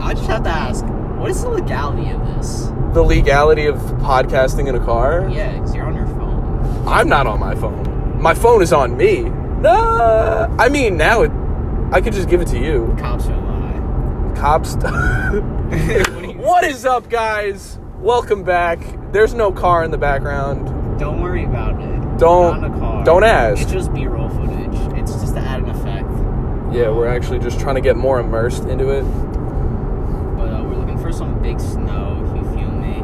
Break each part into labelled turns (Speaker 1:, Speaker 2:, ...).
Speaker 1: I just have to ask, what is the legality of this?
Speaker 2: The legality of podcasting in a car?
Speaker 1: Yeah, because you're on your phone.
Speaker 2: I'm not on my phone. My phone is on me. Nah. I mean, now it, I could just give it to you.
Speaker 1: Cops are lie.
Speaker 2: Cops. what is up, guys? Welcome back. There's no car in the background.
Speaker 1: Don't worry about it.
Speaker 2: Don't-
Speaker 1: Not in a car.
Speaker 2: don't ask.
Speaker 1: It's just B-roll footage. It's just to add an effect.
Speaker 2: Yeah, we're actually just trying to get more immersed into it.
Speaker 1: But uh, we're looking for some big snow. If you feel me.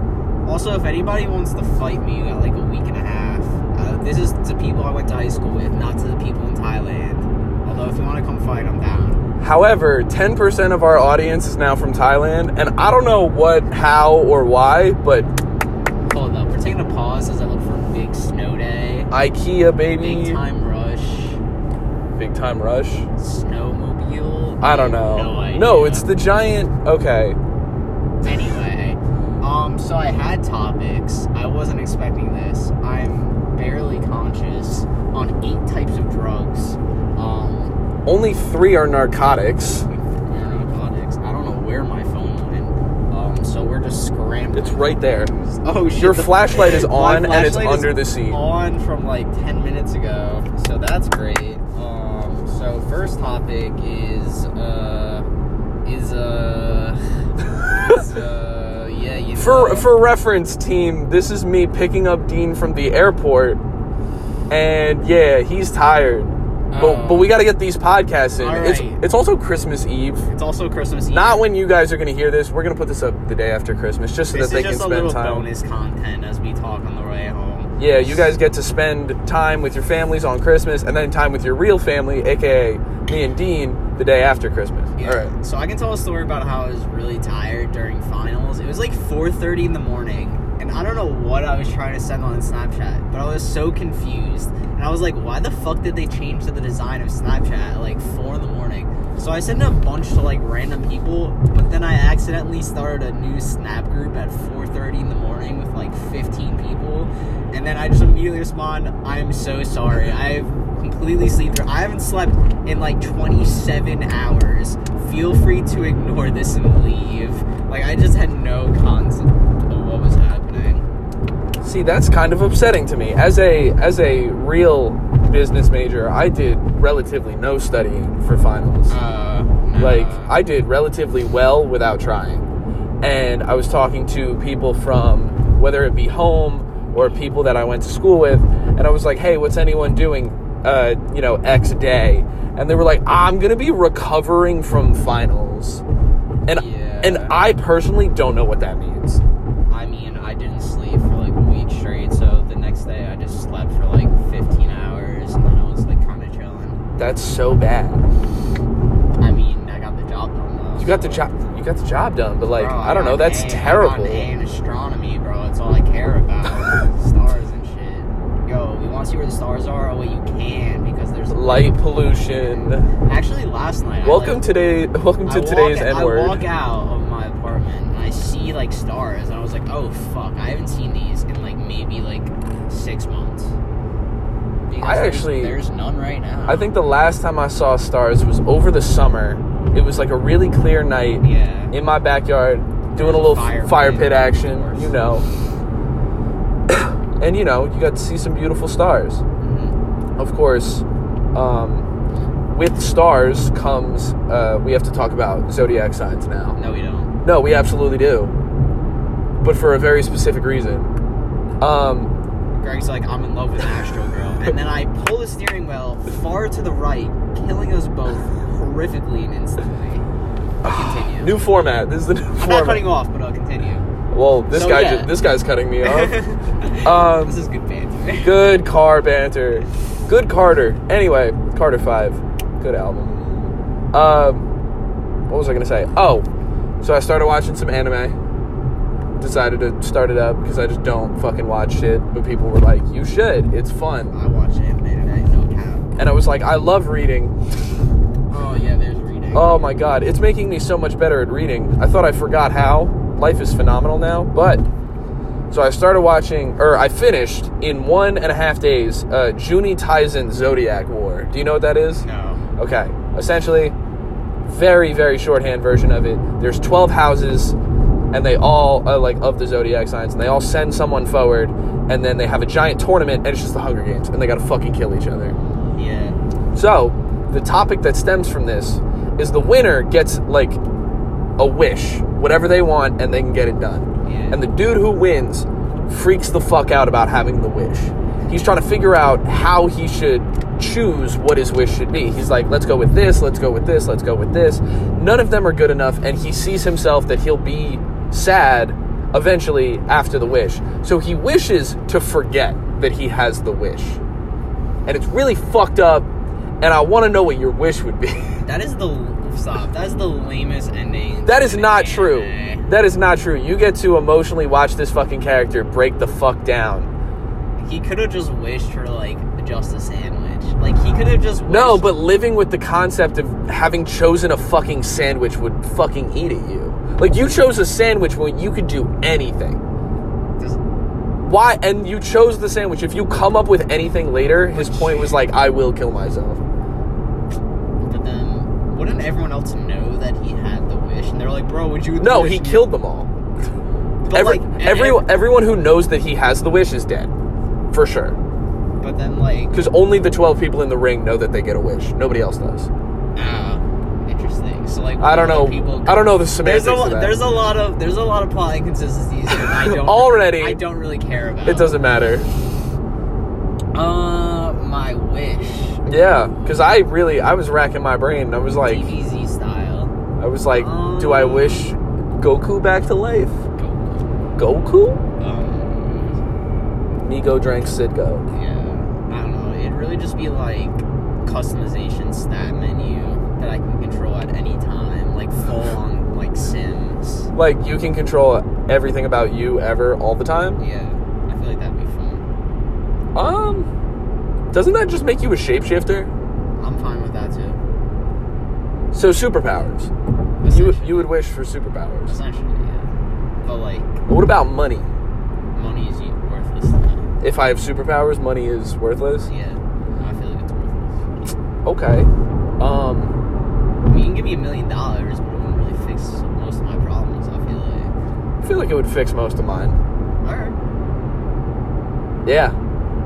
Speaker 1: Also, if anybody wants to fight me, you got like a week and a half. Uh, this is to people I went to high school with, not to the people in Thailand. Although, if you want to come fight, I'm down.
Speaker 2: However, 10% of our audience is now from Thailand, and I don't know what, how, or why, but
Speaker 1: Hold up, we're taking a pause as I look for a big snow day.
Speaker 2: IKEA, baby.
Speaker 1: Big time rush,
Speaker 2: Big time rush.
Speaker 1: snowmobile.
Speaker 2: I don't know.
Speaker 1: No, idea.
Speaker 2: no, it's the giant. Okay.
Speaker 1: Anyway, um, so I had topics. I wasn't expecting this. I'm barely conscious on eight types of drugs. Um,
Speaker 2: Only three are narcotics.
Speaker 1: We're narcotics. I don't know where my phone went. Um, so we're just scrambling.
Speaker 2: It's right there.
Speaker 1: Oh shit!
Speaker 2: Your
Speaker 1: the-
Speaker 2: flashlight is
Speaker 1: my
Speaker 2: on and it's
Speaker 1: flashlight is
Speaker 2: under the seat.
Speaker 1: On from like ten minutes ago. So that's great. Um, so first topic is uh is uh, is, uh yeah you
Speaker 2: For
Speaker 1: know.
Speaker 2: for reference, team, this is me picking up Dean from the airport, and yeah, he's tired. But
Speaker 1: Oh.
Speaker 2: but we got to get these podcasts in.
Speaker 1: All right.
Speaker 2: It's it's also Christmas Eve.
Speaker 1: it's also Christmas Eve.
Speaker 2: Not when you guys are gonna hear this. We're gonna put this up the day after Christmas, just so
Speaker 1: this
Speaker 2: that they
Speaker 1: is just
Speaker 2: can
Speaker 1: a
Speaker 2: spend
Speaker 1: little
Speaker 2: time.
Speaker 1: bonus content as we talk on the way home.
Speaker 2: Yeah, you guys get to spend time with your families on Christmas, and then time with your real family, aka me and Dean, the day after Christmas.
Speaker 1: Yeah.
Speaker 2: All right.
Speaker 1: So I can tell a story about how I was really tired during finals. It was like 4:30 in the morning, and I don't know what I was trying to send on Snapchat, but I was so confused. And I was like, "Why the fuck did they change to the design of Snapchat at like 4 in the morning?" So I sent a bunch to like random people, but then I accidentally started a new Snap group at 4:30 in the morning with like 15 people, and then I just immediately respond, "I'm so sorry. I've completely sleep through. I haven't slept in like 27 hours. Feel free to ignore this and leave. Like I just had no concept of what was happening.
Speaker 2: See, that's kind of upsetting to me. As a as a real business major, I did relatively no studying for finals.
Speaker 1: Uh,
Speaker 2: Like I did relatively well without trying. And I was talking to people from whether it be home or people that I went to school with, and I was like, "Hey, what's anyone doing? Uh, you know, X day?" And they were like, "I'm gonna be recovering from finals," and
Speaker 1: Yeah.
Speaker 2: and I personally don't know what that means.
Speaker 1: I mean, I didn't sleep for like a week straight, so the next day I just slept for like 15 hours, and then I was like kind of chilling.
Speaker 2: That's so bad.
Speaker 1: I mean, I got the job done though.
Speaker 2: You got the
Speaker 1: so-
Speaker 2: job. You got the job done, but like
Speaker 1: Bro,
Speaker 2: I
Speaker 1: got
Speaker 2: don't know.
Speaker 1: an
Speaker 2: That's
Speaker 1: A- I got
Speaker 2: terrible.
Speaker 1: an A in astronomy, bro. It's all I care about. stars and shit. Yo, we want to see where the stars are. Oh, wait, you can because there's
Speaker 2: Light pollution.
Speaker 1: Actually, last night. I,
Speaker 2: Welcome
Speaker 1: like,
Speaker 2: today. Welcome
Speaker 1: I
Speaker 2: to
Speaker 1: walk-
Speaker 2: today's
Speaker 1: I
Speaker 2: N
Speaker 1: walk
Speaker 2: word.
Speaker 1: out of my apartment and I see like stars, and I was like, oh fuck, I haven't seen these in like maybe like six months. Because
Speaker 2: I
Speaker 1: there's-
Speaker 2: actually-
Speaker 1: there's none right now.
Speaker 2: I think the last time I saw stars was over the summer. It was like a really clear night
Speaker 1: Yeah.
Speaker 2: in my backyard, doing
Speaker 1: There's a
Speaker 2: a little
Speaker 1: fire
Speaker 2: fire, fire
Speaker 1: pit,
Speaker 2: pit
Speaker 1: of
Speaker 2: action,
Speaker 1: course.
Speaker 2: you know. and you know, you got to see some beautiful stars.
Speaker 1: Mhm.
Speaker 2: Of course, um, with stars comes uh, we have to talk about zodiac signs now.
Speaker 1: No, we don't.
Speaker 2: No, we absolutely do. But for a very specific reason. Um,
Speaker 1: Greg's like, I'm in love with an Astro Girl. And then I pull the steering wheel far to the right, killing us both horrifically and instantly. But continue.
Speaker 2: new format. This is the new
Speaker 1: I'm not
Speaker 2: format.
Speaker 1: cutting you off, but I'll continue.
Speaker 2: Well, this
Speaker 1: So,
Speaker 2: guy,
Speaker 1: yeah.
Speaker 2: ju- this guy's cutting me off. Um,
Speaker 1: this is good banter.
Speaker 2: Good car banter. Good Carter. Anyway, Carter Five. Good album. Um, what was I gonna say? Oh, so I started watching some anime. Decided to start it up because I just don't fucking watch shit. But people were like, "You should. It's fun."
Speaker 1: I watched anime today, no cap.
Speaker 2: And I was like, "I love reading."
Speaker 1: Oh, yeah, there's reading.
Speaker 2: Oh my god, it's making me so much better at reading. I thought I forgot how. Life is phenomenal now, but. So I started watching, or I finished in one and a half days, uh, Junie Tyson Zodiac War. Do you know what that is?
Speaker 1: No.
Speaker 2: Okay. Essentially, very very shorthand version of it. There's 12 houses, and they all are like of the zodiac signs, and they all send someone forward, and then they have a giant tournament, and it's just the Hunger Games, and they gotta fucking kill each other.
Speaker 1: Yeah.
Speaker 2: So, the topic that stems from this is the winner gets like a wish, whatever they want, and they can get it done.
Speaker 1: Yeah.
Speaker 2: And the dude who wins freaks the fuck out about having the wish. He's trying to figure out how he should choose what his wish should be. He's like, let's go with this, let's go with this, let's go with this. None of them are good enough, and he sees himself that he'll be sad eventually after the wish. So he wishes to forget that he has the wish. And it's really fucked up, and I want to know what your wish would be.
Speaker 1: That is the stop. That is the lamest ending.
Speaker 2: That is
Speaker 1: in
Speaker 2: not
Speaker 1: anime.
Speaker 2: true. That is not true. You get to emotionally watch this fucking character break the fuck down.
Speaker 1: He could have just wished for like just a sandwich. Like he could have just wished,
Speaker 2: No, but living with the concept of having chosen a fucking sandwich would fucking eat at you. Like you chose a sandwich when you could do anything.
Speaker 1: Just-
Speaker 2: Why? And you chose the sandwich. If you come up with anything later, his point was like, "I will kill myself."
Speaker 1: but then wouldn't everyone else know that he had the wish? And they're like, bro, would you?
Speaker 2: No,
Speaker 1: wish
Speaker 2: he
Speaker 1: you-"
Speaker 2: killed them all.
Speaker 1: But
Speaker 2: Every,
Speaker 1: like, eh,
Speaker 2: every,
Speaker 1: every-
Speaker 2: everyone who knows that he has the wish is dead, for sure.
Speaker 1: But then like,
Speaker 2: Because only the 12 people in the ring know that they get a wish. Nobody else does.
Speaker 1: ah, interesting. So like,
Speaker 2: I don't
Speaker 1: all
Speaker 2: know.
Speaker 1: the People
Speaker 2: I don't know the
Speaker 1: There's
Speaker 2: semantics
Speaker 1: a,
Speaker 2: of
Speaker 1: lo-
Speaker 2: that.
Speaker 1: there's a lot of there's a lot of plot inconsistencies that I don't
Speaker 2: Already.
Speaker 1: I don't really care about.
Speaker 2: it doesn't matter.
Speaker 1: Uh, my wish.
Speaker 2: Yeah, because I really, I was racking my brain. and I was like,
Speaker 1: DBZ style.
Speaker 2: I was like, do I wish Goku back to life?
Speaker 1: Go.
Speaker 2: Goku?
Speaker 1: Um,
Speaker 2: Nigo drank Sidgo.
Speaker 1: yeah. I don't know. It'd really just be like customization stat menu that I can control at any time, like full on like Sims.
Speaker 2: Like, you can control everything about you ever, all the time?
Speaker 1: Yeah, I feel like that'd be fun.
Speaker 2: Um, doesn't that just make you a shapeshifter?
Speaker 1: I'm fine with that too.
Speaker 2: So, superpowers. You,
Speaker 1: Essentially-
Speaker 2: you would wish for superpowers.
Speaker 1: essentially, yeah. But like,
Speaker 2: What about money?
Speaker 1: money is worthless. To me.
Speaker 2: If I have superpowers, money is worthless?
Speaker 1: Yeah, I feel like it's worthless.
Speaker 2: Okay. Um,.
Speaker 1: I mean, you can give me a million dollars, but it wouldn't really fix most of my problems. I feel like.
Speaker 2: I feel like it would fix most of mine.
Speaker 1: All right.
Speaker 2: Yeah.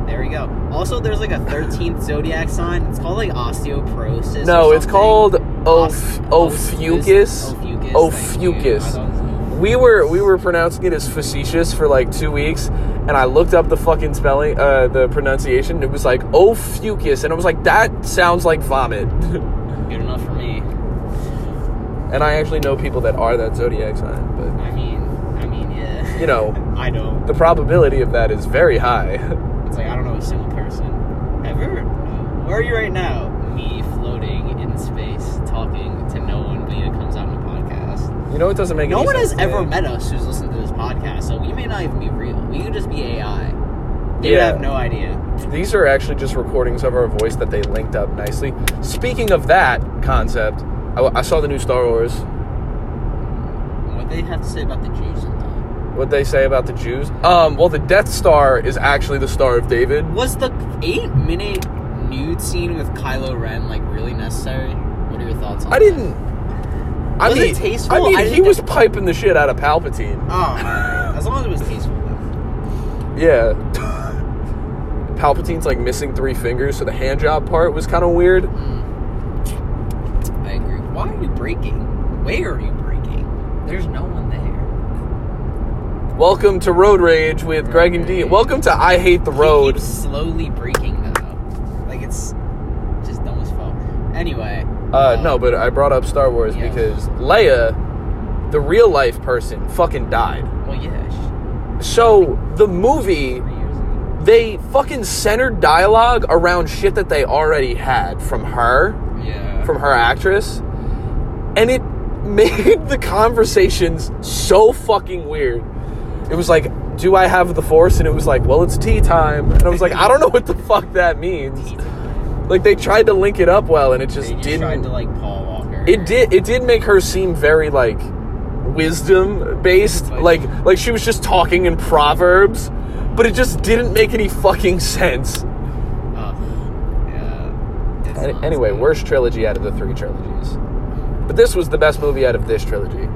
Speaker 1: There we go. Also, there's like a 13th zodiac sign. It's called like osteoporosis. or
Speaker 2: No, it's
Speaker 1: something.
Speaker 2: called
Speaker 1: Os-
Speaker 2: oph-
Speaker 1: osis- Ophucus.
Speaker 2: ophucus. Ophucus.
Speaker 1: thank you. I thought it was-
Speaker 2: We were we were pronouncing it as facetious for like two weeks, and I looked up the fucking spelling, uh, the pronunciation. And it was like ophucus, and I was like, that sounds like vomit.
Speaker 1: Good enough for me.
Speaker 2: and I actually know people that are that zodiac sign, but
Speaker 1: I mean, I mean, yeah.
Speaker 2: you know,
Speaker 1: I don't.
Speaker 2: the probability of that is very high.
Speaker 1: It's like I don't know a single person. Ever? Where are you right now? Me floating in space, talking to no one, but yet it comes out in a podcast.
Speaker 2: you know, it doesn't make
Speaker 1: No
Speaker 2: any
Speaker 1: one
Speaker 2: sense
Speaker 1: has
Speaker 2: to
Speaker 1: ever
Speaker 2: me.
Speaker 1: met us who's listened to this podcast, so we may not even be real. We could just be AI. They would
Speaker 2: Yeah.
Speaker 1: have no idea.
Speaker 2: These are actually just recordings of our voice that they linked up nicely. Speaking of that concept, I, I saw the new Star Wars.
Speaker 1: What they have to say about the Jews and time.
Speaker 2: What they say about the Jews? Um, well, the Death Star is actually the Star of David.
Speaker 1: Was the eight minute nude scene with Kylo Ren like really necessary? What are your thoughts on
Speaker 2: I didn't. I
Speaker 1: Was it
Speaker 2: mean,
Speaker 1: tasteful?
Speaker 2: I mean,
Speaker 1: I
Speaker 2: he
Speaker 1: didn't-
Speaker 2: was piping the shit out of Palpatine.
Speaker 1: That? Oh, as long as it was tasteful.
Speaker 2: Yeah. Palpatine's like missing three fingers, so the hand job part was kind of weird.
Speaker 1: Hmm. I agree. Why are you breaking? Where are you breaking? There's no one there.
Speaker 2: Welcome to Road Rage with Greg and D. Welcome to I Hate the
Speaker 1: He
Speaker 2: Road.
Speaker 1: keeps slowly breaking though. Like it's just dumb as fuck. Anyway.
Speaker 2: Uh, no, but I brought up Star Wars
Speaker 1: Yeah.
Speaker 2: because Leia, the real life person, fucking died.
Speaker 1: Well, yeah. sh-
Speaker 2: So the
Speaker 1: Three
Speaker 2: movie,
Speaker 1: years ago.
Speaker 2: they fucking centered dialogue around shit that they already had from her,
Speaker 1: Yeah.
Speaker 2: from her actress, and it made the conversations so fucking weird. It was like, do I have the force? And it was like, well, it's tea time. And I was like, I don't know what the fuck that means. Like they tried to link it up well, and it just
Speaker 1: They just
Speaker 2: didn't.
Speaker 1: tried to like Paul Walker.
Speaker 2: It did. It did make her seem very like wisdom based.
Speaker 1: Like-
Speaker 2: Like like she was just talking in proverbs, but it just didn't make any fucking sense.
Speaker 1: Ugh. yeah. It's
Speaker 2: An-
Speaker 1: not-
Speaker 2: anyway, worst trilogy out of the three trilogies. But this was the best movie out of this trilogy.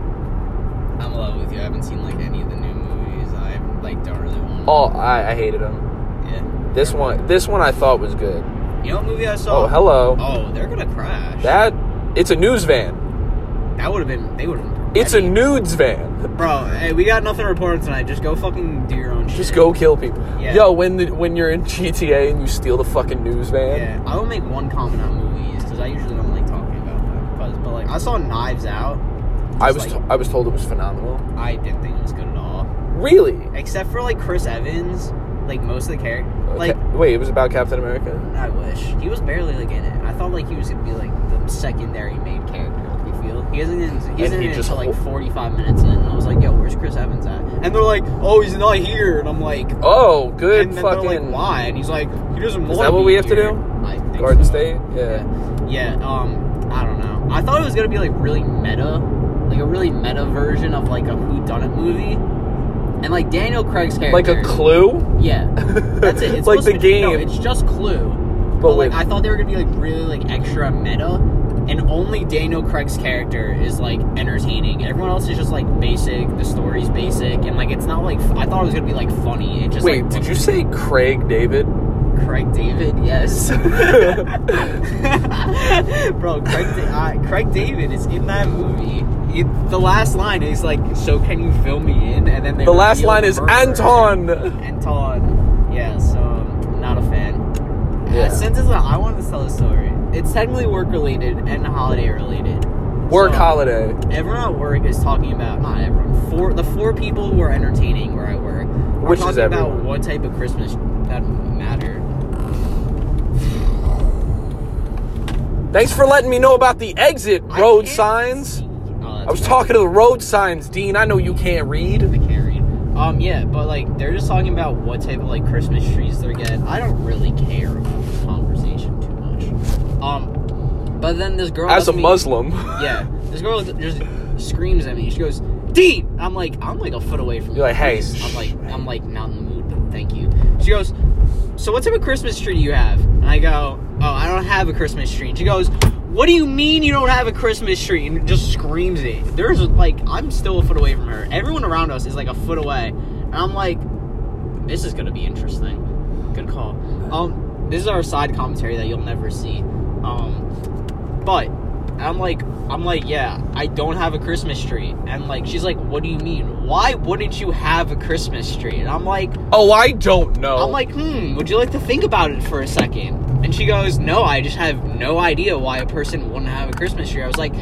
Speaker 1: I'm in love with you. I haven't seen like any of the new movies. I like don't really want. to-
Speaker 2: All Oh, I, I hated them.
Speaker 1: Yeah.
Speaker 2: This one, this one I thought was good.
Speaker 1: You know what movie I saw?
Speaker 2: Oh, hello.
Speaker 1: Oh, they're gonna crash.
Speaker 2: That it's a news van.
Speaker 1: that would have been. They would have.
Speaker 2: It's a nudes van.
Speaker 1: Bro, hey, we got nothing to report on tonight. Just go fucking do your own shit.
Speaker 2: Just go kill people.
Speaker 1: Yeah.
Speaker 2: Yo, when the, when you're in GTA and you steal the fucking news van.
Speaker 1: Yeah, I will make one comment on movies because I usually don't like talking about them. But, but like, I saw Knives Out.
Speaker 2: I
Speaker 1: Just
Speaker 2: was
Speaker 1: like-
Speaker 2: to- I was told it was phenomenal.
Speaker 1: I didn't think it was good at all,
Speaker 2: Really?
Speaker 1: except for like Chris Evans. Like most of the character, like
Speaker 2: Ca- wait, it was about Captain America.
Speaker 1: I wish he was barely like in it. I thought like he was gonna be like the secondary main character. You feel he isn't in. He's
Speaker 2: And
Speaker 1: in
Speaker 2: he
Speaker 1: it
Speaker 2: just
Speaker 1: until like
Speaker 2: ho-
Speaker 1: forty five minutes in. And I was like, yo, where's Chris Evans at? And they're like, oh, he's not here. And I'm like,
Speaker 2: Oh, good
Speaker 1: and then they're
Speaker 2: fucking
Speaker 1: like, why? And he's like, he doesn't want.
Speaker 2: that what we have to do?
Speaker 1: I think
Speaker 2: Garden
Speaker 1: so.
Speaker 2: State. Yeah.
Speaker 1: Yeah, um, I don't know. I thought it was gonna be like really meta, like a really meta version of like a Who Done It movie, and like Daniel Craig's character.
Speaker 2: Like a clue,
Speaker 1: Yeah, that's it. It's
Speaker 2: Like the
Speaker 1: supposed to be- no,
Speaker 2: game.
Speaker 1: it's just Clue. But, like,
Speaker 2: with-
Speaker 1: I thought they were gonna be like really like extra meta, and only Daniel Craig's character is like entertaining. Everyone else is just like basic. The story's basic, and like it's not like f- I thought it was gonna be like funny. It just
Speaker 2: Wait,
Speaker 1: like,
Speaker 2: did you say Craig David?
Speaker 1: Craig David, yes. Bro, Craig, da- uh, Craig David is in that movie. It, the last line is like, "So can you fill me in?" And then they
Speaker 2: The last
Speaker 1: reveal
Speaker 2: line
Speaker 1: the
Speaker 2: is
Speaker 1: murderer.
Speaker 2: Anton.
Speaker 1: Anton, yeah. So um, not a fan.
Speaker 2: Yeah.
Speaker 1: Uh, since it's not, I wanted to tell a story. It's technically work related and holiday related.
Speaker 2: Work
Speaker 1: So-
Speaker 2: holiday.
Speaker 1: everyone at work is talking about not everyone four the four people who are entertaining where I work are
Speaker 2: Which is
Speaker 1: talking about
Speaker 2: everyone.
Speaker 1: what type of Christmas that matter.
Speaker 2: Thanks for letting me know about the exit
Speaker 1: I
Speaker 2: road
Speaker 1: can't
Speaker 2: signs.
Speaker 1: see- Oh,
Speaker 2: I was talking to the road signs, Dean. I know you can't read.
Speaker 1: the carry. Um, yeah, but like they're just talking about what type of like Christmas trees they're getting. I don't really care about this conversation too much. Um, but then this girl
Speaker 2: As
Speaker 1: asked
Speaker 2: a
Speaker 1: me-
Speaker 2: Muslim,
Speaker 1: yeah, this girl just screams at me. She goes, "Dean!" I'm like, I'm like a foot away from
Speaker 2: You're like, "Hey,
Speaker 1: please." I'm
Speaker 2: shh,
Speaker 1: like, I'm like not in the mood, but thank you. She goes, "So what type of Christmas tree do you have?" And I go, "Oh, I don't have a Christmas tree." And she goes, "What do you mean you don't have a Christmas tree?" And just screams it. There's like, I'm still a foot away from her. Everyone around us is like a foot away, and I'm like, this is gonna be interesting. Good call. Um, this is our side commentary that you'll never see. Um, but I'm like, I'm like, yeah, I don't have a Christmas tree, and like, she's like, what do you mean? Why wouldn't you have a Christmas tree? And I'm like,
Speaker 2: oh, I don't know.
Speaker 1: I'm like, hmm, would you like to think about it for a second? And she goes, no, I just have no idea why a person wouldn't have a Christmas tree. I was like,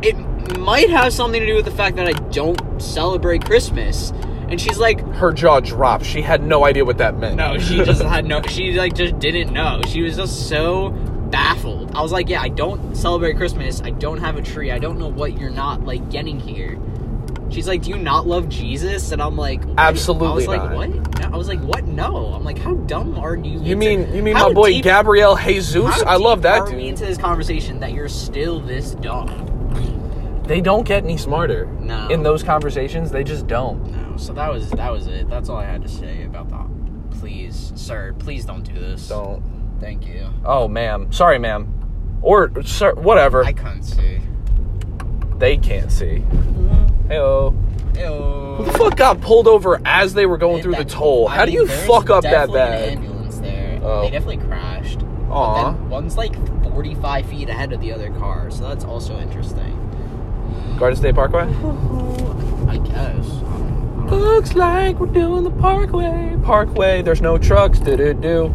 Speaker 1: it might have something to do with the fact that I don't celebrate Christmas. And she's like,
Speaker 2: her jaw dropped. She had no idea what that meant.
Speaker 1: no, she just had no. She like just didn't know. She was just so baffled. I was like, yeah, I don't celebrate Christmas. I don't have a tree. I don't know what you're not like getting here. She's like, do you not love Jesus? And I'm like, what? I
Speaker 2: Absolutely
Speaker 1: was like,
Speaker 2: not.
Speaker 1: what? No, I was like, what? No. I'm like, how dumb are you?
Speaker 2: You
Speaker 1: into-
Speaker 2: mean you mean
Speaker 1: how
Speaker 2: my boy
Speaker 1: deep-
Speaker 2: Gabriel Jesus?
Speaker 1: how
Speaker 2: I love
Speaker 1: deep
Speaker 2: that
Speaker 1: are we
Speaker 2: dude.
Speaker 1: into this conversation that you're still this dumb.
Speaker 2: They don't get any smarter.
Speaker 1: No.
Speaker 2: In those conversations, they just don't.
Speaker 1: No. So that was that was it. That's all I had to say about that. Please, sir, please don't do this.
Speaker 2: Don't.
Speaker 1: Thank you.
Speaker 2: Oh, ma'am. Sorry, ma'am. Or sir, whatever.
Speaker 1: I couldn't see.
Speaker 2: They can't see.
Speaker 1: Mm-hmm.
Speaker 2: Heyo.
Speaker 1: Ew.
Speaker 2: Who the fuck got pulled over as they were going through the toll?
Speaker 1: I
Speaker 2: How do
Speaker 1: mean,
Speaker 2: you
Speaker 1: there's
Speaker 2: fuck up that
Speaker 1: definitely an
Speaker 2: bad?
Speaker 1: ambulance there.
Speaker 2: Oh.
Speaker 1: They definitely crashed. But
Speaker 2: Aw.
Speaker 1: then one's like 45 feet ahead of the other car, so that's also interesting.
Speaker 2: Garden State Parkway?
Speaker 1: I guess. I don't
Speaker 2: Looks like we're doing the parkway. Parkway, there's no trucks. Do do do.
Speaker 1: know.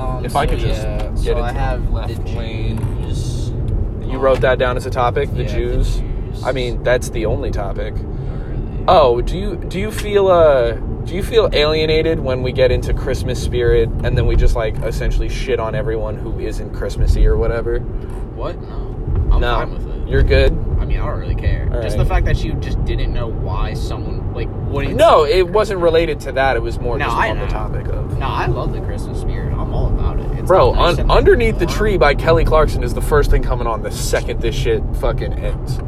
Speaker 1: Um,
Speaker 2: If I
Speaker 1: so
Speaker 2: could just
Speaker 1: yeah,
Speaker 2: get
Speaker 1: so
Speaker 2: into
Speaker 1: I
Speaker 2: the
Speaker 1: have
Speaker 2: left
Speaker 1: the
Speaker 2: lane.
Speaker 1: Jews.
Speaker 2: You
Speaker 1: Um,
Speaker 2: wrote that down as a topic, the
Speaker 1: yeah,
Speaker 2: Jews.
Speaker 1: Jews.
Speaker 2: I mean, that's the only topic.
Speaker 1: Not really.
Speaker 2: Oh, do you do you feel uh do you feel alienated when we get into Christmas spirit and then we just like essentially shit on everyone who isn't Christmassy or whatever?
Speaker 1: what? No, I'm
Speaker 2: no,
Speaker 1: fine with it.
Speaker 2: you're good.
Speaker 1: I mean, I don't really care.
Speaker 2: All
Speaker 1: just
Speaker 2: right.
Speaker 1: the fact that you just didn't know why someone like wouldn't.
Speaker 2: No, it wasn't related to that. It was more
Speaker 1: No,
Speaker 2: just
Speaker 1: I
Speaker 2: on the
Speaker 1: know.
Speaker 2: topic of.
Speaker 1: No, I love the Christmas spirit. I'm all about it. It's
Speaker 2: Bro,
Speaker 1: nice
Speaker 2: un-
Speaker 1: and-
Speaker 2: underneath the tree by Kelly Clarkson is the first thing coming on the second this shit fucking ends. A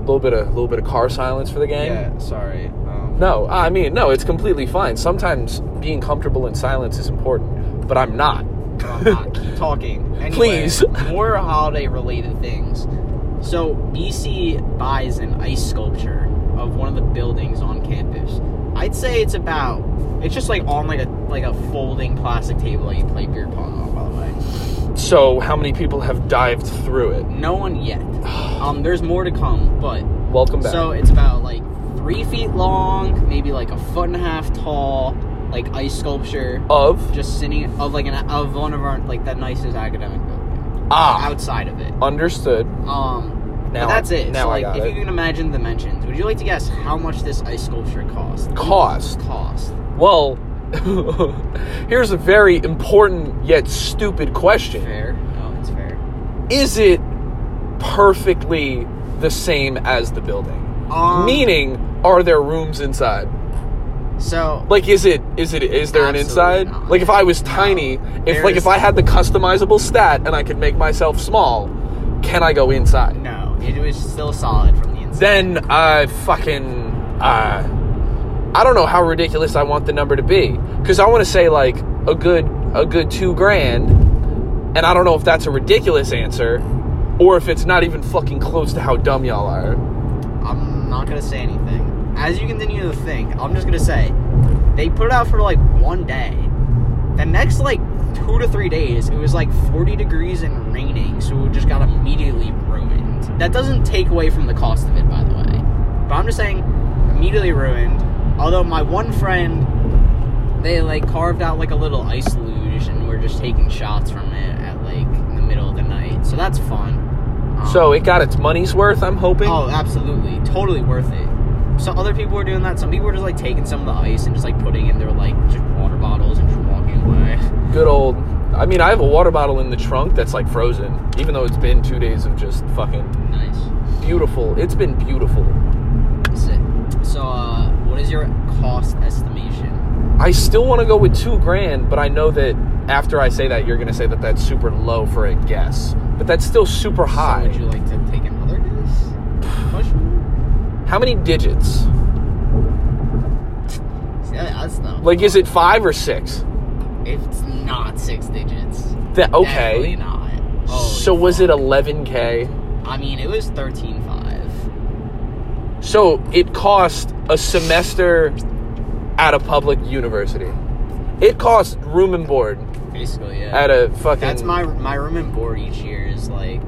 Speaker 2: little bit of little bit of car silence for the gang.
Speaker 1: Yeah, sorry. Um,
Speaker 2: No, I mean no, it's completely fine. Sometimes being comfortable in silence is important, but I'm not.
Speaker 1: But I'm not. Keep talking. Anyway,
Speaker 2: Please.
Speaker 1: More holiday related things. So, BC buys an ice sculpture of one of the buildings on campus. I'd say it's about. It's just like on like a like a folding plastic table that you play beer pong on. By the way,
Speaker 2: So, how many people have dived through it?
Speaker 1: no one yet. Um, there's more to come, but
Speaker 2: Welcome back.
Speaker 1: So it's about like three feet long, maybe like a foot and a half tall, like ice sculpture,
Speaker 2: of
Speaker 1: just sitting of like an of one of our like the nicest academic building
Speaker 2: ah,
Speaker 1: outside of it.
Speaker 2: understood.
Speaker 1: Um, but
Speaker 2: Now I-
Speaker 1: that's it.
Speaker 2: now
Speaker 1: so
Speaker 2: I
Speaker 1: like,
Speaker 2: got
Speaker 1: if
Speaker 2: it.
Speaker 1: you can imagine dimensions, would you like to guess how much this ice sculpture cost?
Speaker 2: Cost?
Speaker 1: Cost.
Speaker 2: Well, here's a very important yet stupid question.
Speaker 1: Fair. No, it's fair.
Speaker 2: Is it perfectly the same as the building?
Speaker 1: Um,
Speaker 2: Meaning, are there rooms inside?
Speaker 1: So
Speaker 2: Like, is it is it is there an
Speaker 1: Absolutely
Speaker 2: inside?
Speaker 1: not.
Speaker 2: Like, if I was
Speaker 1: No.
Speaker 2: tiny, if like
Speaker 1: There's-
Speaker 2: if I had the customizable stat and I could make myself small, can I go inside?
Speaker 1: no, it was still solid from the inside.
Speaker 2: Then I fucking uh, I don't know how ridiculous I want the number to be because I want to say like a good a good two grand, and I don't know if that's a ridiculous answer or if it's not even fucking close to how dumb y'all are.
Speaker 1: I'm not gonna say anything. As you continue to think, I'm just gonna say they put it out for like one day. The next like two to three days, it was like 40 degrees and raining, so it just got immediately ruined. That doesn't take away from the cost of it, by the way. But I'm just saying, immediately ruined. Although my one friend, they like carved out like a little ice luge, and we're just taking shots from it at like in the middle of the night. So that's fun. Um,
Speaker 2: So it got its money's worth. I'm hoping.
Speaker 1: Oh, absolutely, totally worth it. So other people were doing that. Some people were just like taking some of the ice and just like putting in their like just water bottles and just walking away.
Speaker 2: Good old. I mean, I have a water bottle in the trunk that's like frozen, even though it's been two days of just fucking
Speaker 1: Nice.
Speaker 2: beautiful. It's been beautiful.
Speaker 1: Sick. So, uh, what is your cost estimation?
Speaker 2: I still want to go with two grand, but I know that after I say that, you're going to say that that's super low for a guess. But that's still super
Speaker 1: So
Speaker 2: high.
Speaker 1: would you like to take another guess? Question?
Speaker 2: How many digits?
Speaker 1: See, that- that's not.
Speaker 2: Like, is it five or six?
Speaker 1: If it's not six digits.
Speaker 2: That
Speaker 1: Definitely
Speaker 2: okay.
Speaker 1: not.
Speaker 2: So
Speaker 1: Holy
Speaker 2: was it
Speaker 1: fuck.
Speaker 2: 11k?
Speaker 1: I mean, it was thirteen five.
Speaker 2: So it cost a semester at a public university. It cost room and board
Speaker 1: Basically, yeah.
Speaker 2: at a Mm. fucking.
Speaker 1: That's my my room and board each year is like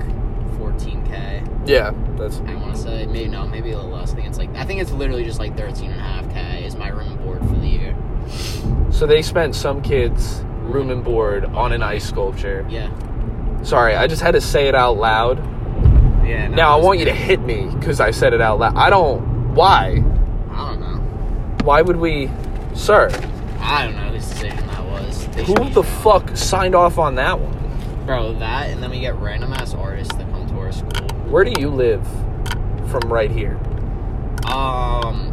Speaker 1: fourteen k.
Speaker 2: Yeah, that's
Speaker 1: I want to say maybe no, maybe a little less. I think it's like I think it's literally just like thirteen and a half k is my room and board for the year.
Speaker 2: So they spent some kids room and board on an ice sculpture.
Speaker 1: Yeah.
Speaker 2: Sorry, I just had to say it out loud.
Speaker 1: Yeah. No,
Speaker 2: Now I
Speaker 1: it's-
Speaker 2: want you to hit me because I said it out loud. I don't. Why?
Speaker 1: I don't know.
Speaker 2: Why would we, sir?
Speaker 1: I don't know whose decision that was. They
Speaker 2: Who
Speaker 1: should be-
Speaker 2: the fuck signed off on that one?
Speaker 1: bro? That and then we get random ass artists that come to our school.
Speaker 2: Where do you live from right here?
Speaker 1: Um.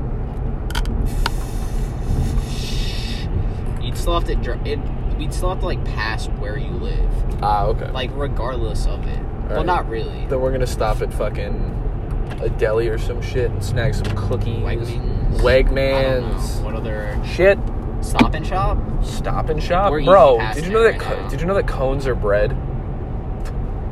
Speaker 1: You'd still have to. dr- It, we'd still have to like pass where you live,
Speaker 2: Ah, okay.
Speaker 1: like regardless of it. well,
Speaker 2: right.
Speaker 1: not really.
Speaker 2: Then we're gonna stop at fucking a deli or some shit and snag some cookies,
Speaker 1: Wegmans. I don't know.
Speaker 2: Wegmans,
Speaker 1: What other
Speaker 2: shit.
Speaker 1: Stop and Shop?
Speaker 2: Stop and shop,
Speaker 1: We're eating
Speaker 2: bro.
Speaker 1: past
Speaker 2: Did you
Speaker 1: it
Speaker 2: know that?
Speaker 1: right
Speaker 2: co-
Speaker 1: now.
Speaker 2: did you know that cones are bread?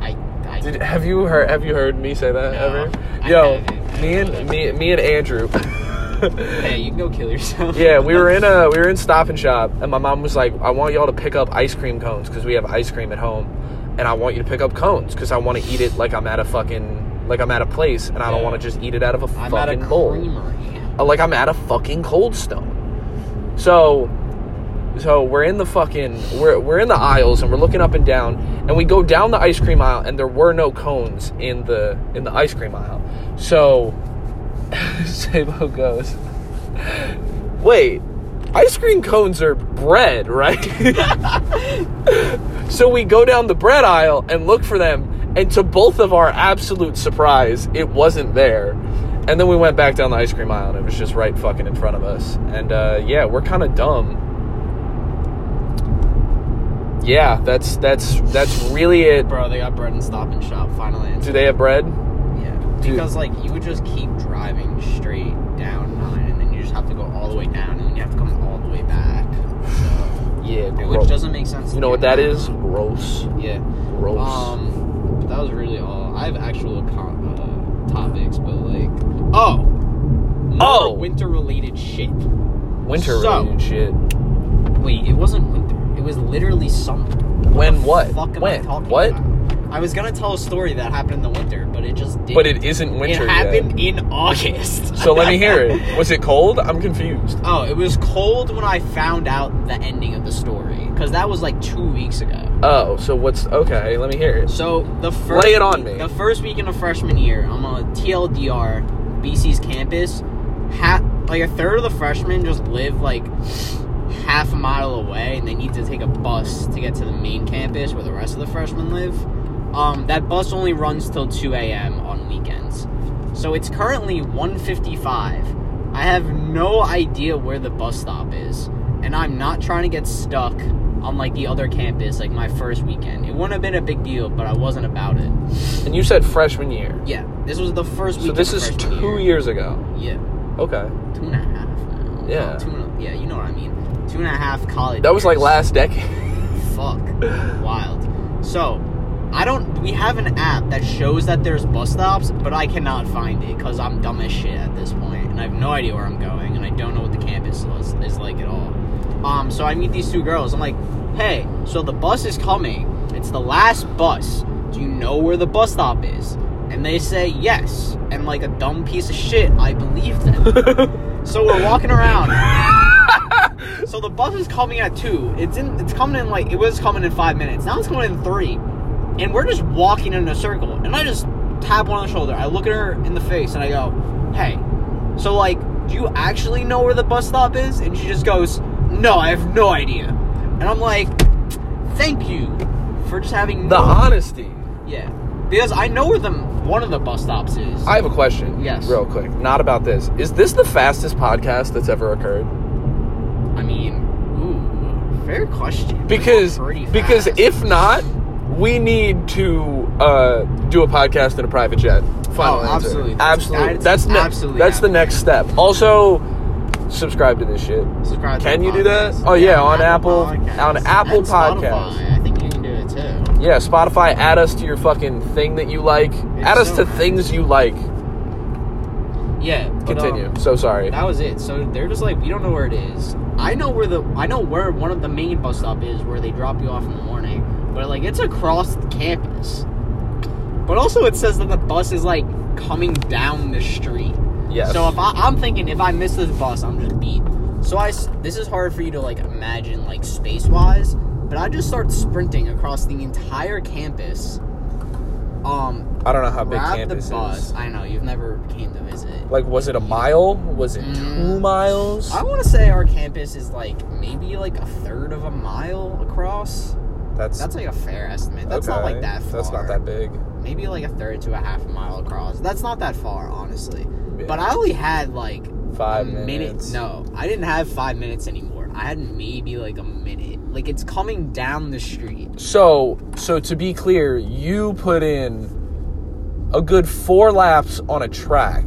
Speaker 1: I, I
Speaker 2: Did, have you heard? Have you heard me say that
Speaker 1: No,
Speaker 2: ever?
Speaker 1: I
Speaker 2: Yo,
Speaker 1: haven't.
Speaker 2: me and me, me and Andrew.
Speaker 1: Hey, you can go kill yourself.
Speaker 2: yeah, we were in a we were in Stop and Shop, and my mom was like, "I want y'all to pick up ice cream cones because we have ice cream at home, and I want you to pick up cones because I want to eat it like I'm at a fucking like I'm at a place, and I don't
Speaker 1: Yeah.
Speaker 2: want to just eat it out of a
Speaker 1: I'm at a
Speaker 2: fucking bowl."
Speaker 1: creamery.
Speaker 2: Uh, like I'm at a fucking cold stone. So so we're in the fucking we're we're in the aisles and we're looking up and down and we go down the ice cream aisle and there were no cones in the in the ice cream aisle. So Sabo goes, "Wait, ice cream cones are bread, right?" so we go down the bread aisle and look for them and to both of our absolute surprise, it wasn't there. And then we went back down the ice cream aisle and it was just right fucking in front of us. And uh, yeah, we're kind of dumb. Yeah, that's that's that's really it.
Speaker 1: Bro, they got bread and stop and shop. Final answer.
Speaker 2: Do they have bread?
Speaker 1: Yeah.
Speaker 2: Dude.
Speaker 1: Because, like, you would just keep driving straight down 9, and then you just have to go all the way down, and then you have to come all the way back. So,
Speaker 2: Yeah,
Speaker 1: which doesn't make sense.
Speaker 2: You know what that is? Gross.
Speaker 3: Yeah.
Speaker 2: Gross.
Speaker 3: Um, but that was really all. I have actual con- uh, topics, but like, oh, more
Speaker 2: Oh!
Speaker 3: winter related shit.
Speaker 2: Winter
Speaker 3: so-
Speaker 2: related shit.
Speaker 3: Wait, it wasn't winter. It was literally summer.
Speaker 2: When
Speaker 3: the
Speaker 2: what?
Speaker 3: fuck am I
Speaker 2: When
Speaker 3: talking
Speaker 2: what?
Speaker 1: I was gonna tell a story that happened in the winter, but it just did.
Speaker 2: But it isn't winter
Speaker 3: it
Speaker 2: yet.
Speaker 3: happened in August.
Speaker 2: So let me hear it. Was it cold? I'm confused.
Speaker 1: Oh, it was cold when I found out the ending of the story because that was like two weeks ago.
Speaker 2: Oh, so what's okay? Let me hear it.
Speaker 1: So the first
Speaker 2: Lay it on me.
Speaker 1: The first weekend of freshman year, I'm on TLDR, BC's campus. Ha- like a third of the freshmen just live like half a mile away, and they need to take a bus to get to the main campus where the rest of the freshmen live. Um, that bus only runs till 2 a.m. on weekends. So it's currently 1:55. I have no idea where the bus stop is, and I'm not trying to get stuck on like the other campus like my first weekend. It wouldn't have been a big deal, but I wasn't about it.
Speaker 2: And you said freshman year.
Speaker 1: Yeah, this was the first
Speaker 2: So
Speaker 1: weekend.
Speaker 2: this
Speaker 1: of
Speaker 2: is
Speaker 1: freshman
Speaker 2: two
Speaker 1: year.
Speaker 2: years ago.
Speaker 1: Yeah,
Speaker 2: Okay.
Speaker 1: two and a half. Now.
Speaker 2: Yeah.
Speaker 1: No, two and a, yeah, you know what I mean. Two and a half college.
Speaker 2: That was like
Speaker 1: years.
Speaker 2: last decade.
Speaker 1: Fuck. Wild. So, I don't. We have an app that shows that there's bus stops, but I cannot find it because I'm dumb as shit at this point, and I have no idea where I'm going, and I don't know what the campus is, is like at all. Um, so I meet these two girls. I'm like, hey, so the bus is coming. It's the last bus. Do you know where the bus stop is? And they say yes. And like a dumb piece of shit, I believe them. So we're walking around. so the bus is coming at two. It's in. It's coming in like it was coming in five minutes. Now it's coming in three, and we're just walking in a circle. And I just tap one on the shoulder. I look at her in the face and I go, "Hey, so like, do you actually know where the bus stop is?" And she just goes, "No, I have no idea." And I'm like, "Thank you for just having
Speaker 2: the
Speaker 1: no-
Speaker 2: honesty.
Speaker 1: yeah." Because I know where the one of the bus stops is.
Speaker 2: I have a question.
Speaker 1: Yes.
Speaker 2: Real quick. Not about this. Is this the fastest podcast that's ever occurred?
Speaker 1: I mean, ooh, fair question.
Speaker 2: Because
Speaker 1: Pretty fast.
Speaker 2: because if not, we need to uh, do a podcast in a private jet. Final
Speaker 1: Oh,
Speaker 2: answer.
Speaker 1: absolutely. That's-
Speaker 2: Absolutely. That's
Speaker 1: that's
Speaker 2: ne-
Speaker 1: absolutely
Speaker 2: That's the
Speaker 1: happening.
Speaker 2: next step. Also, subscribe to this shit.
Speaker 1: Subscribe to
Speaker 2: Can
Speaker 1: the
Speaker 2: you do that?
Speaker 1: podcast.
Speaker 2: Oh, yeah, on Apple-
Speaker 1: Podcasts.
Speaker 2: on Apple
Speaker 1: And Spotify.
Speaker 2: Podcasts.
Speaker 1: I think you can do it too.
Speaker 2: Yeah, Spotify. Add us to your fucking thing that you like. add us
Speaker 1: so
Speaker 2: to
Speaker 1: nice.
Speaker 2: things you like.
Speaker 1: Yeah. but, um,
Speaker 2: Continue. so sorry.
Speaker 1: that was it. So they're just like, we don't know where it is. I know where the I know where one of the main bus stop is, where they drop you off in the morning. But like, it's across the campus. But also, it says that the bus is like coming down the street.
Speaker 2: Yes.
Speaker 1: So if I, I'm thinking if I miss this bus, I'm just beat. So I s- this is hard for you to like imagine like space wise, but I just start sprinting across the entire campus. Um,
Speaker 2: I don't know how big
Speaker 1: grab the
Speaker 2: campus
Speaker 1: bus.
Speaker 2: is.
Speaker 1: I know you've never came to visit.
Speaker 2: Like, was it a mile? Was it two
Speaker 1: Mm.
Speaker 2: miles?
Speaker 1: I want to say our campus is like maybe like a third of a mile across.
Speaker 2: That's
Speaker 1: That's like a fair estimate. That's not like
Speaker 2: okay.
Speaker 1: that far.
Speaker 2: That's not that big.
Speaker 1: maybe like a third to a half a mile across. That's not that far, honestly.
Speaker 2: Yeah.
Speaker 1: But I only had like
Speaker 2: Five
Speaker 1: a minute.
Speaker 2: minutes.
Speaker 1: No, I didn't have five minutes anymore. I had maybe like a minute. Like it's coming down the street.
Speaker 2: So, so to be clear, you put in a good four laps on a track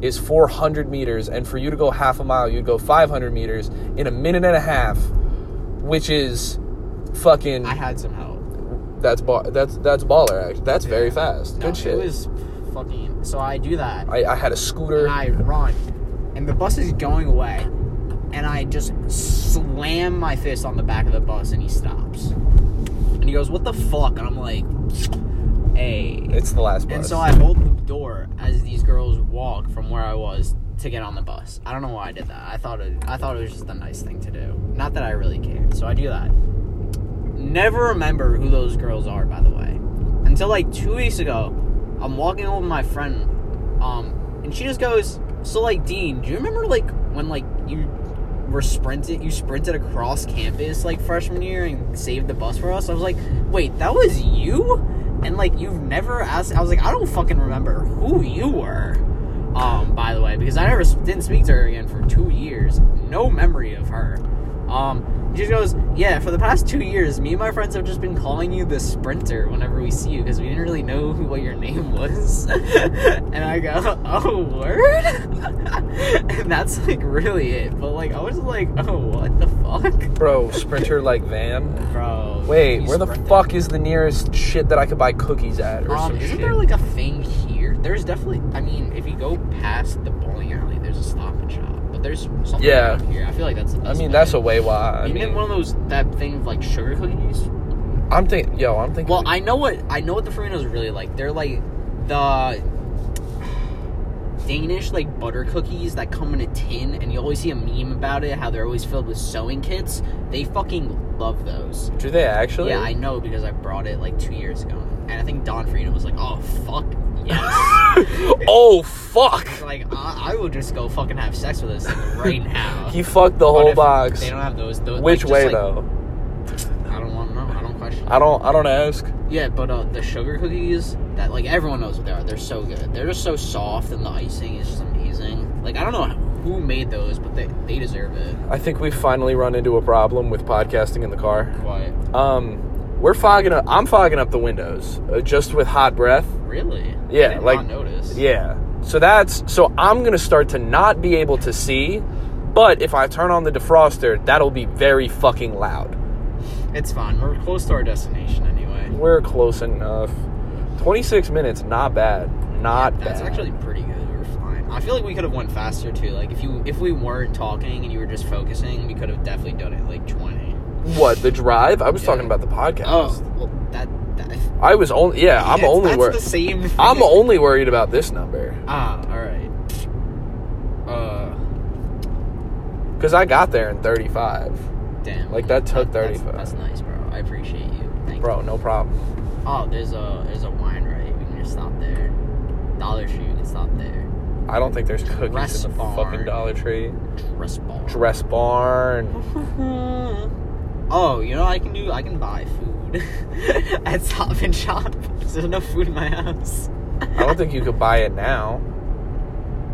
Speaker 2: is 400 meters, and for you to go half a mile, you'd go 500 meters in a minute and a half, which is fucking.
Speaker 1: I had some help.
Speaker 2: that's ba- that's that's baller. Actually, that's very fast.
Speaker 1: No,
Speaker 2: good shit.
Speaker 1: It was fucking. So I do that.
Speaker 2: I, I had a scooter.
Speaker 1: and I run, and the bus is going away, and I just slam my fist on the back of the bus, and he stops, and he goes, "What the fuck?" And I'm like, "Hey."
Speaker 2: it's the last bus.
Speaker 1: And so I hold the door as these girls walk from where I was to get on the bus. I don't know why I did that. I thought it, I thought it was just a nice thing to do. Not that I really cared. So I do that. Never remember who those girls are, by the way. Until like two weeks ago, I'm walking home with my friend, um, and she just goes, "So like, Dean, do you remember like when like you were sprinted, you sprinted across campus like freshman year and saved the bus for us?" I was like, "Wait, that was you?" And like, you've never asked. I was like, "I don't fucking remember who you were." Um, by the way, because I never s- didn't speak to her again for two years, no memory of her. Um, he just goes, yeah. For the past two years, me and my friends have just been calling you the sprinter whenever we see you because we didn't really know who, what your name was. and I go, oh word. and that's like really it. But like I was like, oh what the fuck,
Speaker 2: Bro, sprinter like van.
Speaker 1: bro.
Speaker 2: Wait,
Speaker 1: you
Speaker 2: where the
Speaker 1: sprinted.
Speaker 2: fuck is the nearest shit that I could buy cookies at or
Speaker 1: Um,
Speaker 2: some
Speaker 1: isn't
Speaker 2: shit?
Speaker 1: there like a thing here? There's definitely. I mean, if you go past the bowling alley, there's a Stop and Shop, but there's something
Speaker 2: Yeah.
Speaker 1: around here. I feel like that's. The
Speaker 2: I
Speaker 1: best
Speaker 2: mean,
Speaker 1: bet.
Speaker 2: that's a way why. I
Speaker 1: You get
Speaker 2: mean,
Speaker 1: one of those that thing of like sugar cookies.
Speaker 2: I'm thinking, yo, I'm thinking.
Speaker 1: Well, I know what I know what the Farinos really like. They're like the Danish like butter cookies that come in a tin, and you always see a meme about it. How they're always filled with sewing kits. They fucking love those.
Speaker 2: do they actually?
Speaker 1: Yeah, I know because I brought it like two years ago, and I think Don Farino was like, "Oh fuck, yes."
Speaker 2: oh fuck!
Speaker 1: It's like I, I will just go fucking have sex with this thing right now.
Speaker 2: He fucked the
Speaker 1: But
Speaker 2: whole
Speaker 1: if
Speaker 2: box.
Speaker 1: They don't have those. those
Speaker 2: Which
Speaker 1: like, just,
Speaker 2: way
Speaker 1: like,
Speaker 2: though?
Speaker 1: I don't want to know. I don't question.
Speaker 2: I don't. I don't ask.
Speaker 1: Yeah, but uh, the sugar cookies that like everyone knows what they are. They're so good. They're just so soft, and the icing is just amazing. Like I don't know who made those, but they they deserve it.
Speaker 2: I think we finally run into a problem with podcasting in the car.
Speaker 1: Why?
Speaker 2: Um, we're fogging up. I'm fogging up the windows uh, just with hot breath.
Speaker 1: Really?
Speaker 2: Yeah,
Speaker 1: I did
Speaker 2: like-
Speaker 1: not notice.
Speaker 2: Yeah. So that's so I'm gonna start to not be able to see, but if I turn on the defroster, that'll be very fucking loud.
Speaker 1: it's fine. We're close to our destination anyway.
Speaker 2: We're close enough. 26 minutes, not bad. Not
Speaker 1: That's
Speaker 2: bad.
Speaker 1: actually pretty good. We were fine. I feel like we could have went faster too. Like if you if we weren't talking and you were just focusing, we could have definitely done it like twenty.
Speaker 2: what the drive. I was
Speaker 1: Yeah.
Speaker 2: talking about the podcast.
Speaker 1: Oh, well that that.
Speaker 2: I was only yeah. I'm
Speaker 1: that's-
Speaker 2: only
Speaker 1: That's
Speaker 2: worried.
Speaker 1: the same. Thing.
Speaker 2: I'm only worried about this number
Speaker 1: Ah, all right. Uh,
Speaker 2: because I got there in 35.
Speaker 1: damn.
Speaker 2: Like, that took
Speaker 1: that's-
Speaker 2: 35.
Speaker 1: That's, nice, bro. I appreciate you. Thank
Speaker 2: Bro, no problem.
Speaker 1: You. Oh, there's a there's a wine right. We can just stop there. Dollar Tree, we can stop there.
Speaker 2: I don't think there's cookies
Speaker 1: Dress
Speaker 2: in the
Speaker 1: barn.
Speaker 2: fucking Dollar Tree.
Speaker 1: Dress bar.
Speaker 2: Dress barn.
Speaker 1: oh, you know what I can do? I can buy food at Stop and Shop. There's enough food in my house.
Speaker 2: I don't think you could buy it now.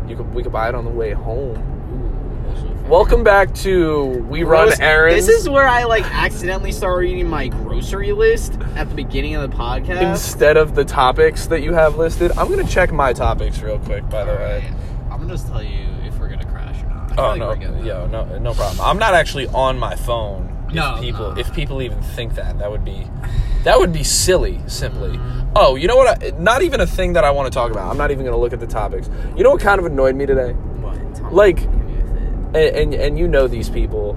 Speaker 2: You could we could buy it on the way home. Welcome back to We Run
Speaker 1: Gross-
Speaker 2: Errands.
Speaker 1: This is where I like accidentally start reading my grocery list at the beginning of the podcast.
Speaker 2: instead of the topics that you have listed. I'm gonna check my topics real quick. By the way.
Speaker 3: I'm gonna just tell you if we're gonna crash or not. I feel
Speaker 2: Oh
Speaker 3: like we're
Speaker 2: no,
Speaker 3: good,
Speaker 2: yo,
Speaker 3: though.
Speaker 2: no, no problem. I'm not actually on my phone.
Speaker 3: No,
Speaker 2: if people,
Speaker 3: no.
Speaker 2: if people even think that, that would be, that would be silly. Simply. Oh, you know what? I, not even a thing that I want to talk about. I'm not even gonna look at the topics. You know what kind of annoyed me today?
Speaker 1: What? Tell me
Speaker 2: Like-
Speaker 1: what you do with it.
Speaker 2: and, and and you know these people,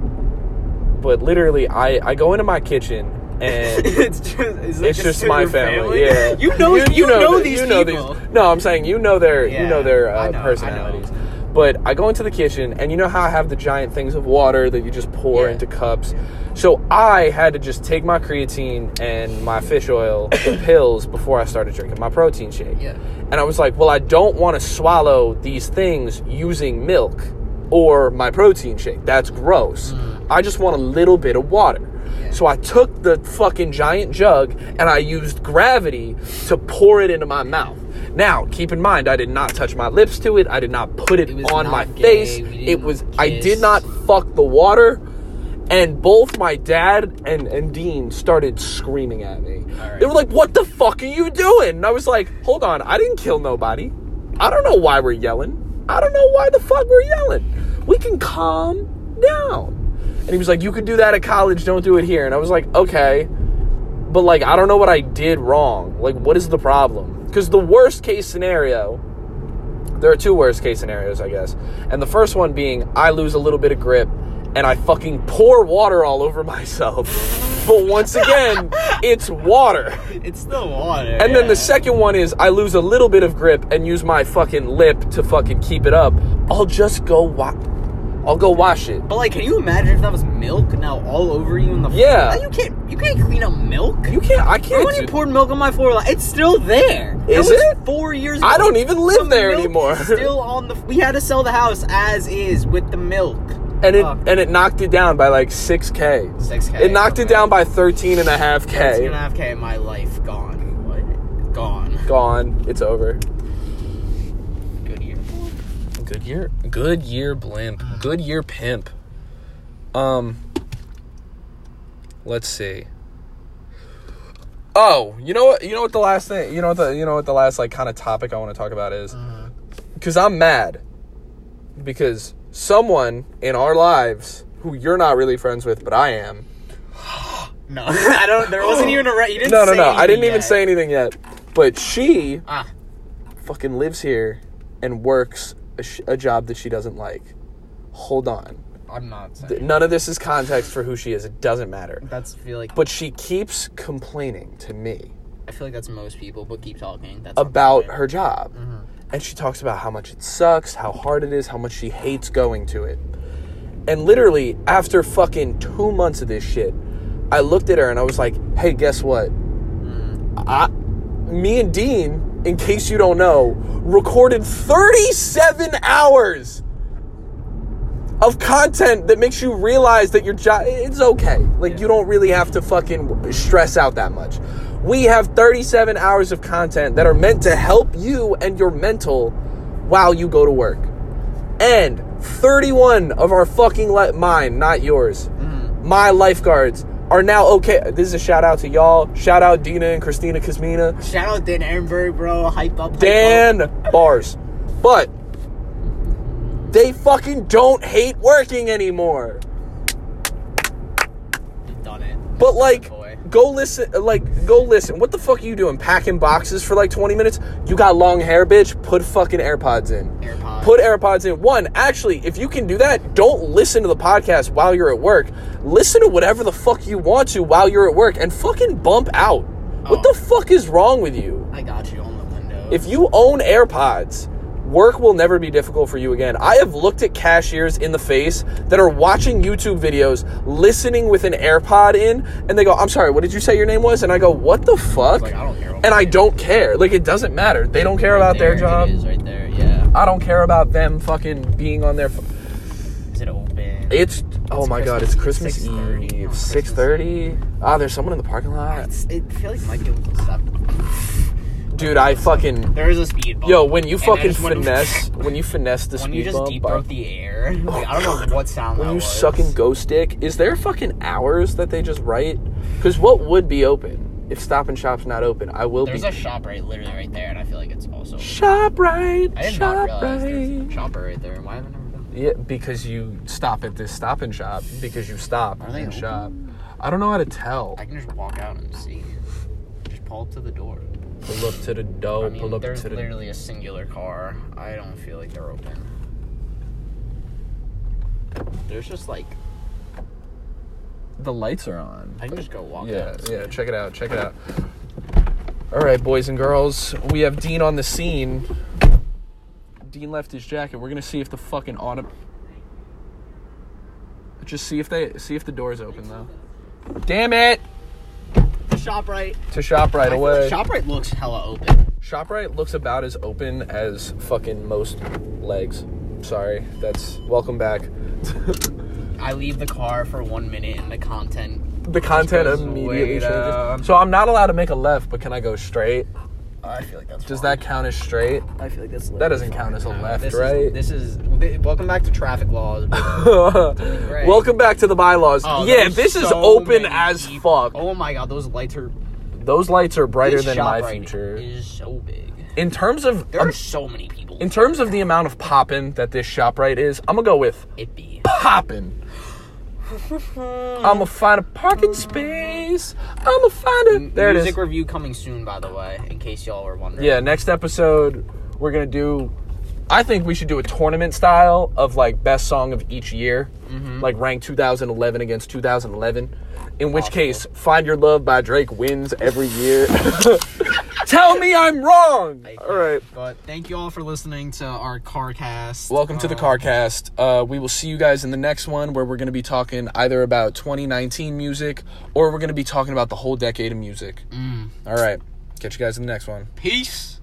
Speaker 2: but literally, I I go into my kitchen and
Speaker 1: it's just, is
Speaker 2: it's just my family. Yeah,
Speaker 1: You know, you, know,
Speaker 2: the-
Speaker 1: these
Speaker 2: you know
Speaker 1: people.
Speaker 2: these- No, I'm saying you know their you
Speaker 1: Yeah,
Speaker 2: know their
Speaker 1: I
Speaker 2: uh,
Speaker 1: know, I know.
Speaker 2: personalities. But I go into the kitchen, and you know how I have the giant things of water that you just pour
Speaker 1: Yeah.
Speaker 2: into cups. So I had to just take my creatine and my fish oil pills before I started drinking my protein shake.
Speaker 1: Yeah.
Speaker 2: And I was like, well, I don't want to swallow these things using milk or my protein shake. That's gross. I just want a little bit of water.
Speaker 1: Mm. Yeah.
Speaker 2: So I took the fucking giant jug and I used gravity to pour it into my mouth. Now, keep in mind, I did not touch my lips to it. I did not put it,
Speaker 1: It was
Speaker 2: on
Speaker 1: not
Speaker 2: my
Speaker 1: gay.
Speaker 2: face.
Speaker 1: We
Speaker 2: It
Speaker 1: didn't
Speaker 2: was, I did
Speaker 1: kiss.
Speaker 2: not fuck the water. And both my dad and, and Dean started screaming at me.
Speaker 1: right.
Speaker 2: They were like, What the fuck are you doing? And I was like, Hold on, I didn't kill nobody. I don't know why we're yelling. I don't know why the fuck we're yelling. We can calm down. And he was like, You could do that at college, don't do it here. And I was like, Okay. But like, I don't know what I did wrong. Like, what is the problem? Because the worst case scenario there are two worst case scenarios, I guess. And the first one being I lose a little bit of grip and I fucking pour water all over myself. But once again, it's water.
Speaker 1: It's still water.
Speaker 2: And then
Speaker 1: yeah.
Speaker 2: the second one is I lose a little bit of grip and use my fucking lip to fucking keep it up. I'll just go wa- I'll go wash it.
Speaker 1: But like, can you imagine if that was milk now all over you in the
Speaker 2: Yeah.
Speaker 1: floor? Like, you can't. You can't clean up milk.
Speaker 2: You can't I
Speaker 1: Remember
Speaker 2: can't
Speaker 1: when
Speaker 2: do-
Speaker 1: you poured milk on my floor, like, it's still there. That
Speaker 2: Is
Speaker 1: was
Speaker 2: it?
Speaker 1: Four years. ago.
Speaker 2: I don't even live
Speaker 1: The
Speaker 2: there
Speaker 1: milk
Speaker 2: anymore.
Speaker 1: is Still on the. We had to sell the house as is with the milk.
Speaker 2: and it
Speaker 1: Fuck.
Speaker 2: and it knocked it down by like 6k.
Speaker 1: 6K,
Speaker 2: It knocked it
Speaker 1: okay.
Speaker 2: down by 13 and a half
Speaker 1: It's
Speaker 2: k.
Speaker 1: gonna have K. My life gone. What? Gone.
Speaker 2: Gone. It's over.
Speaker 1: Good year.
Speaker 2: Good year, good year blimp. Good year pimp. Um Let's see. Oh, you know what? You know what the last thing. You know what the. You know what the last like kind of topic I want to talk about is.
Speaker 1: Uh-huh.
Speaker 2: Because I'm mad. Because someone in our lives who you're not really friends with, but I am.
Speaker 1: No, I don't. There wasn't even a right. You didn't.
Speaker 2: No, no,
Speaker 1: say
Speaker 2: no. I
Speaker 1: anything
Speaker 2: didn't even
Speaker 1: yet.
Speaker 2: say anything yet. But she
Speaker 1: Ah,
Speaker 2: fucking lives here and works a, sh- a job that she doesn't like. Hold on.
Speaker 1: I'm not saying.
Speaker 2: Th- None of this is context for who she is. It doesn't matter.
Speaker 1: That's I feel like.
Speaker 2: But she keeps complaining to me
Speaker 1: I feel like that's most people. But keep talking. That's
Speaker 2: about her job. And she talks about how much it sucks, how hard it is, how much she hates going to it. And literally, after fucking two months of this shit, I looked at her and I was like, hey, guess what? I, me and Dean, in case you don't know, recorded 37 hours of content that makes you realize that your job it's okay like you don't really have to fucking stress out that much we have 37 hours of content that are meant to help you and your mental while you go to work and 31 of our fucking li- mine not yours my lifeguards are now okay this is a shout out to y'all shout out dina and christina kuzmina
Speaker 1: Shout out Dan Ehrenberg, bro. Hype up. hype up.
Speaker 2: Dan bars. But they fucking don't hate working anymore.
Speaker 1: You've done it.
Speaker 2: But like
Speaker 1: Boy.
Speaker 2: go listen like go listen. What the fuck are you doing? Packing boxes for like 20 minutes? You got long hair, bitch. Put fucking AirPods in.
Speaker 1: AirPods.
Speaker 2: Put AirPods in. One, actually, if you can do that, don't listen to the podcast while you're at work. Listen to whatever the fuck you want to while you're at work and fucking bump out. What
Speaker 1: Oh.
Speaker 2: the fuck is wrong with you?
Speaker 1: I got you on the window.
Speaker 2: If you own AirPods, work will never be difficult for you again. I have looked at cashiers in the face that are watching YouTube videos, listening with an AirPod in, and they go, I'm sorry, what did you say your name was? And I go, What the fuck?
Speaker 1: like, I don't care what
Speaker 2: and
Speaker 1: my
Speaker 2: I
Speaker 1: name
Speaker 2: don't care. Like, it doesn't matter. They don't care about their
Speaker 1: There
Speaker 2: job.
Speaker 1: It is right there. Yeah.
Speaker 2: I don't care about them fucking being on their. F-
Speaker 1: Is it open?
Speaker 2: it's oh my god! It's
Speaker 1: Christmas Eve.
Speaker 2: Christmas
Speaker 1: 6:30.
Speaker 2: Eve,
Speaker 1: Oh,
Speaker 2: six thirty. Ah, there's someone in the parking lot,
Speaker 1: It's- it feels like my people stop.
Speaker 2: dude. I fucking
Speaker 1: There is a speed bump.
Speaker 2: yo when you
Speaker 1: and I
Speaker 2: fucking
Speaker 1: just went-
Speaker 2: finesse when you finesse the
Speaker 1: When you
Speaker 2: speed
Speaker 1: just
Speaker 2: bump.
Speaker 1: deep
Speaker 2: I
Speaker 1: throat the air, like, I don't know what sound
Speaker 2: when
Speaker 1: that
Speaker 2: you
Speaker 1: was.
Speaker 2: suck and go stick, is there fucking hours that they just write? Because what would be open if Stop and Shop's not open? I will
Speaker 1: There's
Speaker 2: be.
Speaker 1: a shop right, literally right there, and I feel like it's also.
Speaker 2: shop right,
Speaker 1: I did not
Speaker 2: shop
Speaker 1: realize there's
Speaker 2: right.
Speaker 1: a shopper right there. Why haven't I never done?
Speaker 2: Yeah, because you stop at this Stop and Shop because you stop
Speaker 1: Are they
Speaker 2: and
Speaker 1: open?
Speaker 2: shop. I don't know how to tell.
Speaker 1: I can just walk out and see. Just pull up to the door.
Speaker 2: pull up to the dough.
Speaker 1: I mean,
Speaker 2: Oh, pull up
Speaker 1: there's
Speaker 2: to the.
Speaker 1: literally a singular car. I don't feel like they're open. There's just like
Speaker 2: the lights are on.
Speaker 1: I can just go walk.
Speaker 2: Yeah,
Speaker 1: out.
Speaker 2: yeah. Check it out. Check it out. All right, boys and girls, we have Dean on the scene. Dean left his jacket. We're gonna see if the fucking auto. Just see if they see if the door's open though. Damn it!
Speaker 1: Shop right.
Speaker 2: To shop right away.
Speaker 1: Shop right looks hella open.
Speaker 2: ShopRite looks about as open as fucking most legs. Sorry, that's welcome back.
Speaker 1: I leave the car for one minute and the content.
Speaker 2: The content
Speaker 1: goes
Speaker 2: immediately
Speaker 1: way down.
Speaker 2: changes. So I'm not allowed to make a left, but can I go straight?
Speaker 1: I feel like that's.
Speaker 2: Does that count as straight?
Speaker 1: I feel like that's.
Speaker 2: That doesn't count as a left,
Speaker 1: this
Speaker 2: right?
Speaker 1: Is, this is th- welcome back to traffic laws.
Speaker 2: Welcome back to the bylaws.
Speaker 1: Oh,
Speaker 2: yeah,
Speaker 1: there's
Speaker 2: this is
Speaker 1: so
Speaker 2: open
Speaker 1: many
Speaker 2: as
Speaker 1: people.
Speaker 2: fuck.
Speaker 1: Oh my god, those lights are
Speaker 2: Those lights are brighter
Speaker 1: this
Speaker 2: than
Speaker 1: shop
Speaker 2: my
Speaker 1: right
Speaker 2: future.
Speaker 1: Is so big.
Speaker 2: in terms of
Speaker 1: There
Speaker 2: um,
Speaker 1: are so many people.
Speaker 2: in terms of the amount of poppin that this shop right is, I'm gonna go with
Speaker 1: it be.
Speaker 2: poppin. I'ma find a parking space. I'ma find a there it
Speaker 1: Music
Speaker 2: is.
Speaker 1: review coming soon, by the way, in case y'all were wondering.
Speaker 2: Yeah, next episode we're gonna do. I think we should do a tournament style of like best song of each year, like rank 2011 against 2011. In which case, "Find Your Love" by Drake wins every year. Tell me I'm wrong. All right.
Speaker 1: But thank you all for listening to our car cast.
Speaker 2: Welcome to the CarCast. Uh, we will see you guys in the next one where we're going to be talking either about 2019 music or we're going to be talking about the whole decade of music. All right. Catch you guys in the next one.
Speaker 1: Peace.